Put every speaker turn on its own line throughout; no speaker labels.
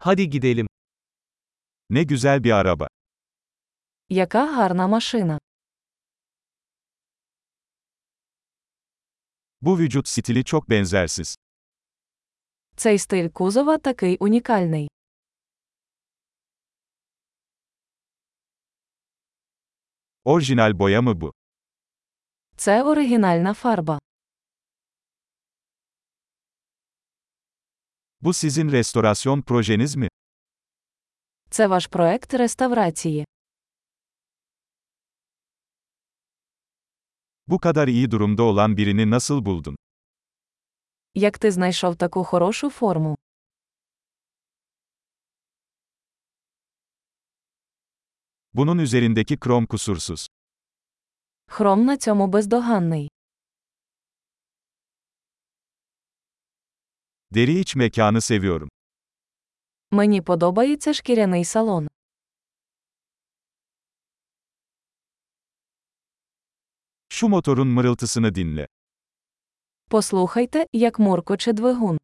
Hadi gidelim. Ne güzel bir araba.
Яка гарна машина.
Bu vücut stili çok benzersiz.
Цей стиль кузова такий унікальний.
Orijinal boya mı bu?
Це оригінальна фарба.
Bu sizin restorasyon projeniz mi?
Це ваш проект реставрації.
Bu kadar iyi durumda olan birini nasıl buldun?
Як ти знайшов таку хорошу форму?
Bunun üzerindeki krom kusursuz.
Хром на цьому бездоганний.
Deri iç mekanı seviyorum.
Мені подобається шкіряний салон.
Şu motorun mırıltısını dinle.
Послухайте, як муркоче двигун.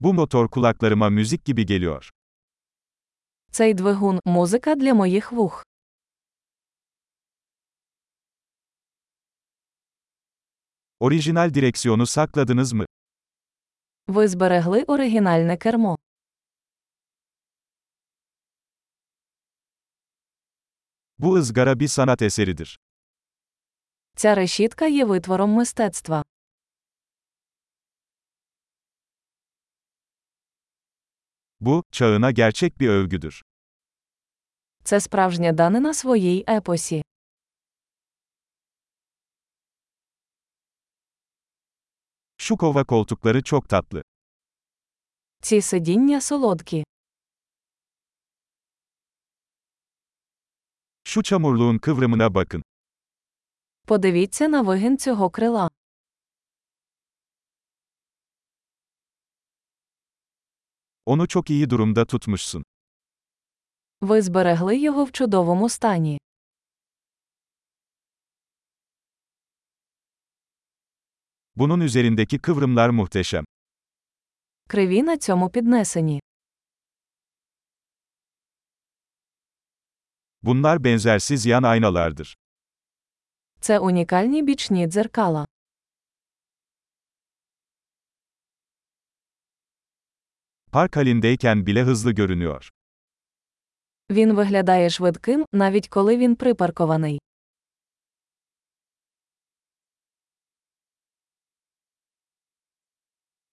Bu motor kulaklarıma müzik gibi geliyor.
Цей двигун музика для моїх вух.
Orijinal direksiyonu sakladınız mı?
Ви зберегли оригінальне кермо.
Bu ızgara bir sanat eseridir.
Ця решітка є витвором мистецтва.
Bu, çağına gerçek bir övgüdür.
Це справжня данина своїй епосі.
Şu kova koltukları çok tatlı.
Ці сидіння солодкі.
Şu çamurluğun kıvrımına bakın.
Подивіться на вигін цього крила.
Onu çok iyi durumda tutmuşsun.
Ви зберегли його в чудовому стані.
Bunun üzerindeki kıvrımlar muhteşem.
Криві на цьому піднесені.
Bunlar benzersiz yan aynalardır.
Це унікальні бічні дзеркала.
Park halindeyken bile hızlı görünüyor.
Він виглядає швидким, навіть коли він припаркований.